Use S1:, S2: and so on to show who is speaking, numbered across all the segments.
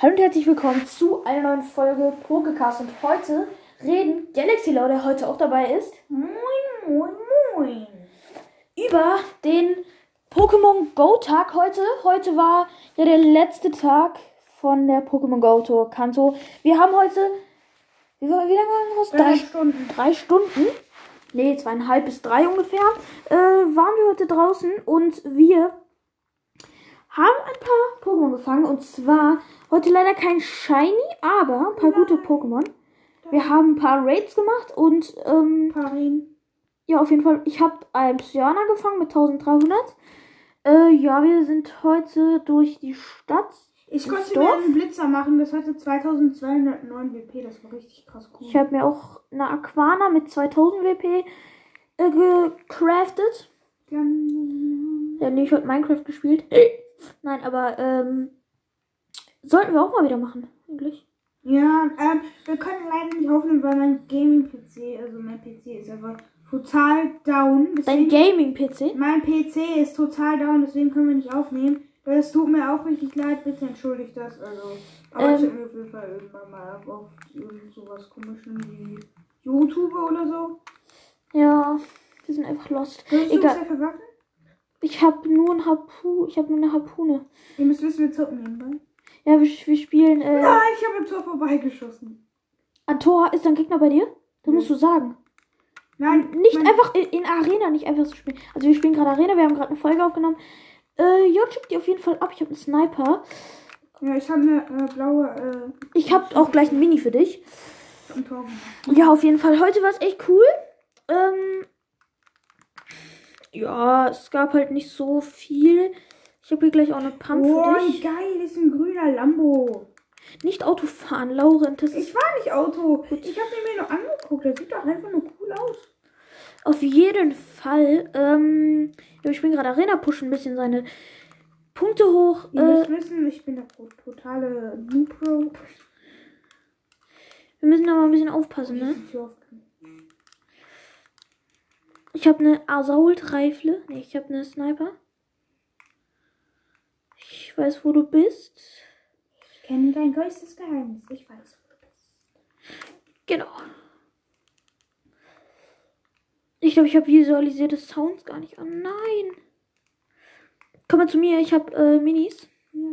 S1: Hallo und herzlich willkommen zu einer neuen Folge Pokecast und heute reden Galaxy Law, der heute auch dabei ist,
S2: Moin, moin, moin.
S1: über den Pokémon Go Tag heute. Heute war ja der letzte Tag von der Pokémon Go Tour Kanto. Wir haben heute, wie, war- wie lange waren das?
S2: Drei
S1: Drei,
S2: Stunden.
S1: drei Stunden, nee, zweieinhalb bis drei ungefähr, äh, waren wir heute draußen und wir haben ein paar Pokémon gefangen. Und zwar heute leider kein Shiny, aber ein paar gute Pokémon. Wir haben ein paar Raids gemacht und ähm,
S2: Parin.
S1: ja, auf jeden Fall, ich habe einen Psyana gefangen mit 1300. Äh, ja, wir sind heute durch die Stadt.
S2: Ich
S1: Ins
S2: konnte mir
S1: Dorf?
S2: einen Blitzer machen, das hatte 2209 WP, das war richtig krass cool.
S1: Ich habe mir auch eine Aquana mit 2000 WP äh, gecraftet.
S2: Dann-
S1: Ja, nee, ich heute Minecraft gespielt. Nein, aber ähm, sollten wir auch mal wieder machen, eigentlich.
S2: Ja, ähm, wir können leider nicht aufnehmen, weil mein Gaming-PC, also mein PC ist einfach total down.
S1: Dein
S2: Deswegen,
S1: Gaming-PC?
S2: mein PC ist total down, deswegen können wir nicht aufnehmen. Das tut mir auch richtig leid, bitte entschuldigt das. Also, aber
S1: Ähm.
S2: ich hab mir auf jeden Fall irgendwann mal auf irgend sowas komischem wie YouTube oder so.
S1: Ja, wir sind einfach lost.
S2: Willst du uns
S1: Egal.
S2: dafür waffen?
S1: Ich hab nur ein Harpu ich hab nur eine Harpune.
S2: Ihr müsst wissen, wir zocken nebenbei.
S1: Ja, wir, wir spielen, äh,
S2: Ah, ich habe im Tor vorbeigeschossen.
S1: Antora ist ein Gegner bei dir? Das
S2: Nee.
S1: musst du sagen.
S2: Nein,
S1: Nicht
S2: mein-
S1: einfach in, in Arena, nicht einfach so spielen. Also wir spielen gerade Arena, wir haben gerade eine Folge aufgenommen. Äh, jo, check die auf jeden Fall ab. Ich habe einen Sniper.
S2: Ja, ich habe eine äh, blaue
S1: Ich habe auch gleich ein Mini für dich.
S2: äh, im Tor. gemacht.
S1: Ja, auf jeden Fall. Heute war es echt cool. Ähm, ja, es gab halt nicht so viel. Ich habe hier gleich auch eine Pump
S2: Oh,
S1: für
S2: wie
S1: dich.
S2: geil ist ein grüner Lambo.
S1: Nicht Auto fahren, Laurent. Das ist
S2: Ich war nicht Auto. Ich habe mir nur angeguckt. Der sieht doch einfach nur cool aus.
S1: auf jeden Fall. Ähm, ja, ich bin gerade Arena pushen, ein bisschen seine Punkte hoch.
S2: Ihr
S1: Äh,
S2: müsst wissen, ich bin der pro- totale Noob Pro.
S1: wir müssen da mal ein bisschen
S2: Also
S1: aufpassen, ne? Ich habe eine Assault-Reifle. Nee, ich habe eine Sniper. Ich weiß, wo du bist.
S2: Ich kenne dein größtes Geheimnis. Ich weiß, wo du bist.
S1: Genau. Ich glaube, ich habe visualisierte Sounds gar nicht an. Nein. Komm mal zu mir, ich habe äh, Minis.
S2: Ja.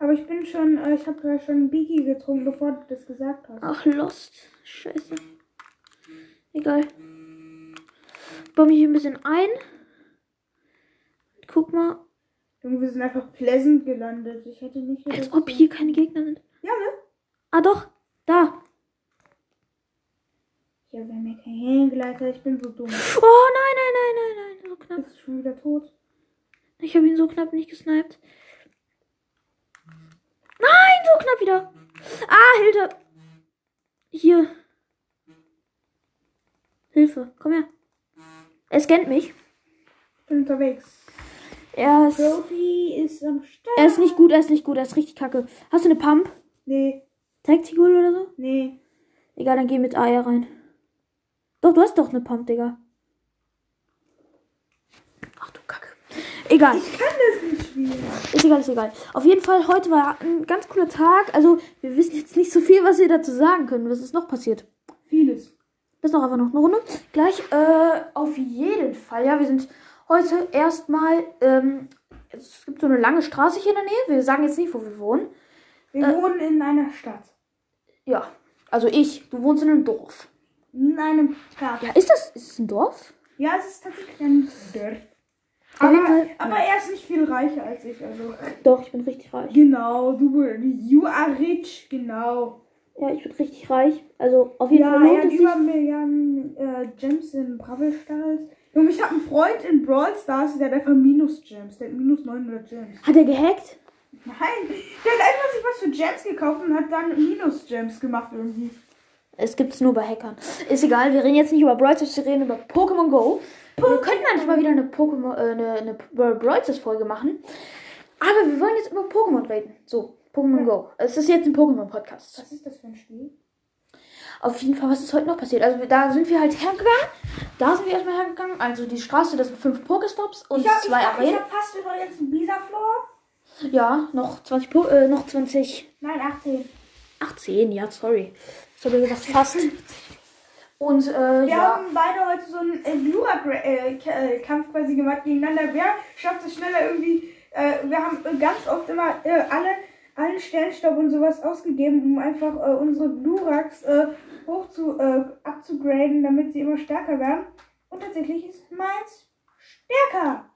S2: Aber ich bin schon, äh, ich habe gerade schon Biggie getrunken, bevor du das gesagt hast.
S1: Ach, Lost. Scheiße. Egal. Ich baue mich hier ein bisschen ein. Guck mal,
S2: Junge, wir sind einfach pleasant gelandet. Ich hätte nicht gedacht,
S1: als
S2: dass
S1: ob
S2: wir-
S1: hier keine Gegner sind.
S2: Ja, ne?
S1: Ah, doch. Da.
S2: Ich habe mir keinen Hängleiter. Ich bin so
S1: Oh,
S2: dumm.
S1: nein, nein, nein, nein, nein. So knapp.
S2: Ist schon wieder tot.
S1: Ich habe ihn so knapp nicht gesniped. Nein, so knapp wieder. Ah, Hilfe. Hier. Hilfe, komm her. Er scannt mich.
S2: Ich bin unterwegs.
S1: Er ist,
S2: Profi ist am Start.
S1: er ist nicht gut, er ist nicht gut, er ist richtig kacke. Hast du eine Pump?
S2: Nee,
S1: Tactical oder so?
S2: nee.
S1: Egal, dann geh mit AR rein. Doch, du hast doch eine Pump, Digga. Ach du Kacke. Egal.
S2: Ich kann das nicht spielen.
S1: Ist egal, ist egal. Auf jeden Fall, heute war ein ganz cooler Tag. Also, wir wissen jetzt nicht so viel, was wir dazu sagen können. Was ist noch passiert?
S2: Vieles.
S1: Das ist noch einfach noch eine Runde. Gleich, äh, auf jeden Fall. Ja, wir sind heute erstmal, ähm, es gibt so eine lange Straße hier in der Nähe. Wir sagen jetzt nicht, wo wir wohnen.
S2: Wir
S1: Äh.
S2: wohnen in einer Stadt.
S1: Ja, also ich, du wohnst in einem Dorf.
S2: In einem Stadt.
S1: Ja, ist das, ist es ein Dorf?
S2: Ja, es ist tatsächlich ein Dorf.
S1: Auf jeden
S2: Aber,
S1: Fall-
S2: aber er ist nicht viel reicher als ich. Also.
S1: Doch, ich bin richtig reich.
S2: Genau, du you are rich, genau.
S1: Ja, ich bin richtig reich. Also, auf jeden
S2: Ja,
S1: Fall
S2: er
S1: lohnt
S2: hat
S1: es
S2: über
S1: sich.
S2: Milliarden äh, Gems in Brawl Stars. Junge, ich habe einen Freund in Brawl Stars, der hat einfach minus Gems. Der hat minus 900 Gems.
S1: Hat er gehackt?
S2: Nein, der hat einfach sich was für Gems gekauft und hat dann Minus-Gems gemacht irgendwie.
S1: Es gibt's nur bei Hackern. Ist egal, wir reden jetzt nicht über Brawl Stars, wir reden über Pokémon Go. Wir könnten eigentlich mal wieder eine Pokémon, äh, eine, eine Brawl Stars Folge machen. Aber wir wollen jetzt über Pokémon reden. So, Pokémon Go. Es ist jetzt ein Pokémon Podcast.
S2: Was ist das für ein Spiel?
S1: Auf jeden Fall, was ist heute noch passiert? Also da sind wir halt hergegangen. Da sind wir erstmal hergegangen. Also die Straße, das sind fünf Pokestops und
S2: ich hab,
S1: zwei
S2: ich hab, ich
S1: Arenen.
S2: hab fast über jetzt einen Bisa-Floor.
S1: Ja, noch 20, Pu- äh, noch 20,
S2: Nein, 18.
S1: 18, ja, sorry. Ich habe gesagt, fast. Und, äh,
S2: Wir
S1: ja.
S2: haben beide heute so äh, einen äh, Endura-Kampf quasi gemacht gegeneinander. Wer schafft es schneller irgendwie? Äh, wir haben äh, ganz oft immer äh, alle allen Sternstaub und sowas ausgegeben, um einfach äh, unsere Gluraks äh, hoch zu äh, abzugraden, damit sie immer stärker werden. Und tatsächlich ist meins stärker.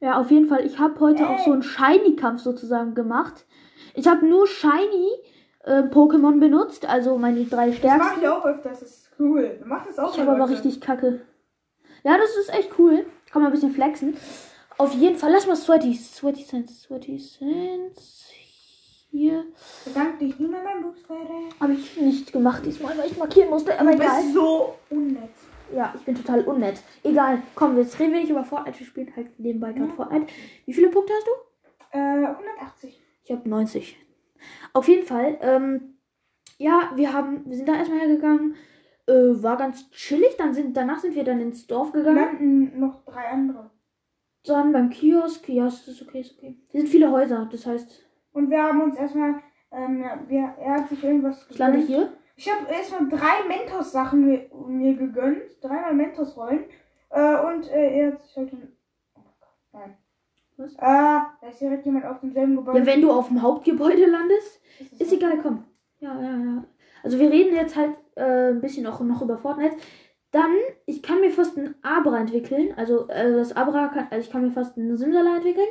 S1: Ja, auf jeden Fall. Ich habe heute auch
S2: Ey.
S1: so einen Shiny-Kampf sozusagen gemacht. Ich habe nur Shiny-Pokémon benutzt, also meine drei
S2: Das mache
S1: stärksten.
S2: ich auch öfters. Das ist cool. Macht das auch
S1: Ich habe aber
S2: Leute.
S1: richtig kacke. Ja, das ist echt cool. Kann man ein bisschen flexen. Auf jeden Fall, lass mal Sweaty, Sweaty Sense, Sweaty Sense. Hier
S2: Bedank dich niemand beim Buchsfeier.
S1: habe ich nicht gemacht diesmal, weil ich markieren musste, aber
S2: Du
S1: egal.
S2: bist so unnett.
S1: Ja, ich bin total unnett. Egal, komm, jetzt reden wir nicht über Fortnite. Wir spielen halt nebenbei gerade
S2: Ja.
S1: Fortnite. Wie viele Punkte hast du?
S2: Äh, 180.
S1: Ich habe 90. Auf jeden Fall, ähm, ja, wir haben, wir sind da erstmal hergegangen, äh, war ganz chillig. Dann sind, danach sind wir dann ins Dorf
S2: Wir
S1: gegangen,
S2: landen noch drei andere.
S1: dann beim Kiosk. Kiosk ist okay, ist okay. Hier sind viele Häuser, das heißt,
S2: Und wir haben uns erstmal, ähm, wir, er hat sich irgendwas
S1: ich lande
S2: gegönnt.
S1: hier.
S2: Ich habe erstmal drei Mentos-Sachen mir, mir gegönnt. Dreimal Mentos-Rollen. Äh, und äh, er hat sich halt ein. Oh mein Gott, nein.
S1: Was?
S2: Ah, da ist direkt jemand auf demselben Gebäude.
S1: Ja, wenn du auf dem Hauptgebäude landest,
S2: Das
S1: ist
S2: so-
S1: egal, komm. Ja, ja, ja. Also wir reden jetzt halt äh, ein bisschen auch noch über Fortnite. Dann, ich kann mir fast ein Abra entwickeln. Also, also das Abra kann, also ich kann mir fast einen Simsala entwickeln.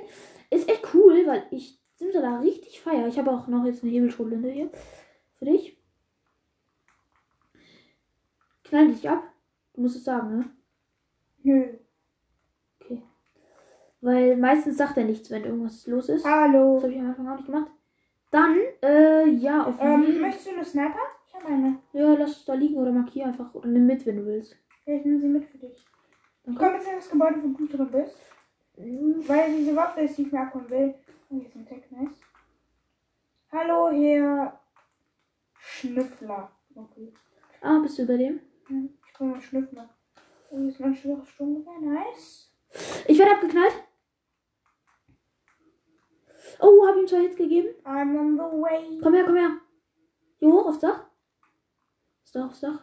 S1: Ist echt cool, weil ich Simsala richtig feiere. Ich habe auch noch jetzt eine Hebelschulinde hier. Für dich. Knall dich ab. Du musst es sagen, ne?
S2: Nö.
S1: Weil meistens sagt er nichts, wenn irgendwas los
S2: Ah.
S1: ist. Das
S2: Hallo.
S1: habe ich am Anfang auch nicht gemacht. Dann, äh, ja, auf
S2: Ähm,
S1: jeden-
S2: möchtest du eine Sniper? Ich habe eine.
S1: Ja, lass es da liegen oder markier einfach. Oder nimm mit, wenn du willst.
S2: Ja, ich nehme sie mit für dich.
S1: Dann
S2: Ich komm jetzt in das Gebäude, wo du drin bist.
S1: komm.
S2: Weil diese Waffe ist, die ich mir abholen will. Oh, hier ist ein Tech, nice. Hallo, Herr Schnüffler. Okay.
S1: Ah, bist du über dem?
S2: Hm, Ich komme mal Schnüffler. Oh, hier ist mein schweres Sturmgewehr, nice.
S1: Ich werde abgeknallt. Oh, hab ihm zwei Hits gegeben.
S2: I'm on the way.
S1: Komm her, komm her. Hier hoch aufs Dach. Aufs Dach, aufs Dach.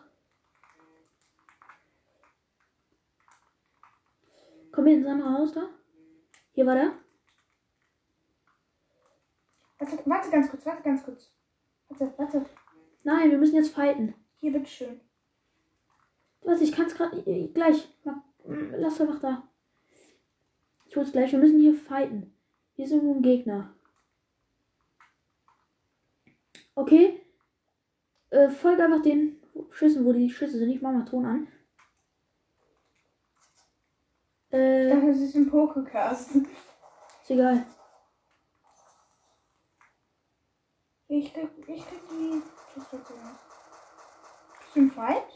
S1: Komm hier ins andere Haus da. Hier war der.
S2: Warte, warte ganz kurz, warte ganz kurz. Warte, warte.
S1: Nein, wir müssen jetzt fighten.
S2: Hier, bitteschön.
S1: Was, ich kann's gerade gleich. Ma- mm, Lass einfach da. Ich hol's gleich. Wir müssen hier fighten. Hier ist irgendwo ein Gegner. Okay. Äh, folgt einfach den Schüssen, wo die Schüsse sind. Ich mach mal Ton an. Äh,
S2: Das ist ein Pokécast.
S1: ist egal.
S2: Ich krieg, ich krieg die Schusswaffe nicht. Ist ein Fight?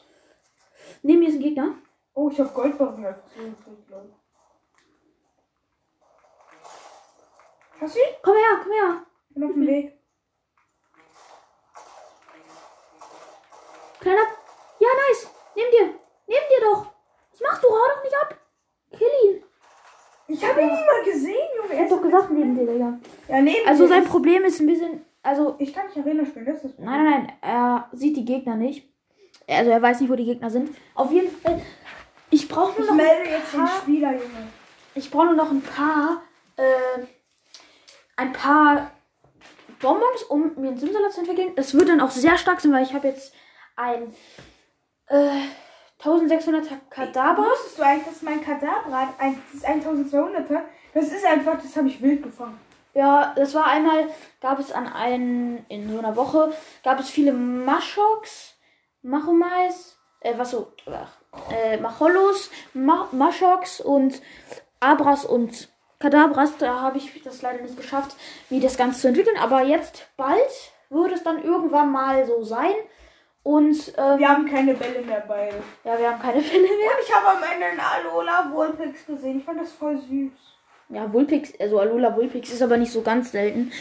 S1: Neben mir ist ein Gegner.
S2: Oh, ich hab Goldbarren einfach so gekriegt, lol. Hast du ihn?
S1: Komm her, komm her.
S2: Ich bin auf
S1: Mhm.
S2: dem Weg.
S1: Kleiner. Ja, nice. Nimm dir. Nimm dir doch. Was machst du? Hau doch nicht ab. Kill ihn.
S2: Ich habe ihn nicht mal gesehen, Junge.
S1: Er hat doch gesagt, neben dir, Digga.
S2: Ja, neben
S1: Also
S2: dir
S1: sein
S2: ist-
S1: Problem ist ein bisschen, also
S2: Ich kann nicht Arena spielen, das ist das
S1: nein, nein, nein, er sieht die Gegner nicht. Also er weiß nicht, wo die Gegner sind. Auf jeden Fall, ich brauche
S2: Ich
S1: nur noch,
S2: melde jetzt den
S1: Ah.
S2: Spieler, Junge.
S1: ich brauche nur noch ein paar, äh, ein paar Bonbons, um mir einen Simsalat zu entwickeln. Das wird dann auch sehr stark sein, weil ich habe jetzt ein äh, 1600 Kadaver.
S2: Wusstest du eigentlich, dass mein Kadabrat, ein, das 1200er, das ist einfach, das habe ich wild gefangen.
S1: Ja, das war einmal, gab es an einen, in so einer Woche, gab es viele Maschoks, Machomais, äh, was so, ach, äh, Macholos, Ma Maschoks und Abras und Kadabras. Da habe ich das leider nicht geschafft, mir das Ganze zu entwickeln, aber jetzt bald wird es dann irgendwann mal so sein. Und, ähm,
S2: Wir haben keine Bälle mehr bei. Und
S1: ja, wir haben keine Fälle mehr.
S2: ich habe am Ende einen Alola Wolpix gesehen. Ich fand das voll süß.
S1: Ja, Vulpix, also Alola Vulpix ist aber nicht so ganz selten.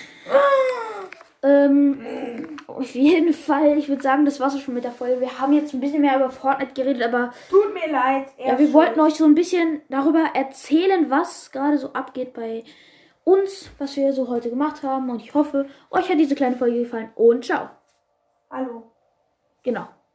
S1: Ähm, auf jeden Fall, ich würde sagen, das war's auch schon mit der Folge. Wir haben jetzt ein bisschen mehr über Fortnite geredet, aber
S2: Tut mir leid. er
S1: ja, wir
S2: ist
S1: wollten
S2: schuld.
S1: euch so ein bisschen darüber erzählen, was gerade so abgeht bei uns, was wir so heute gemacht haben. Und ich hoffe, euch hat diese kleine Folge gefallen. Und ciao.
S2: Hallo.
S1: Genau.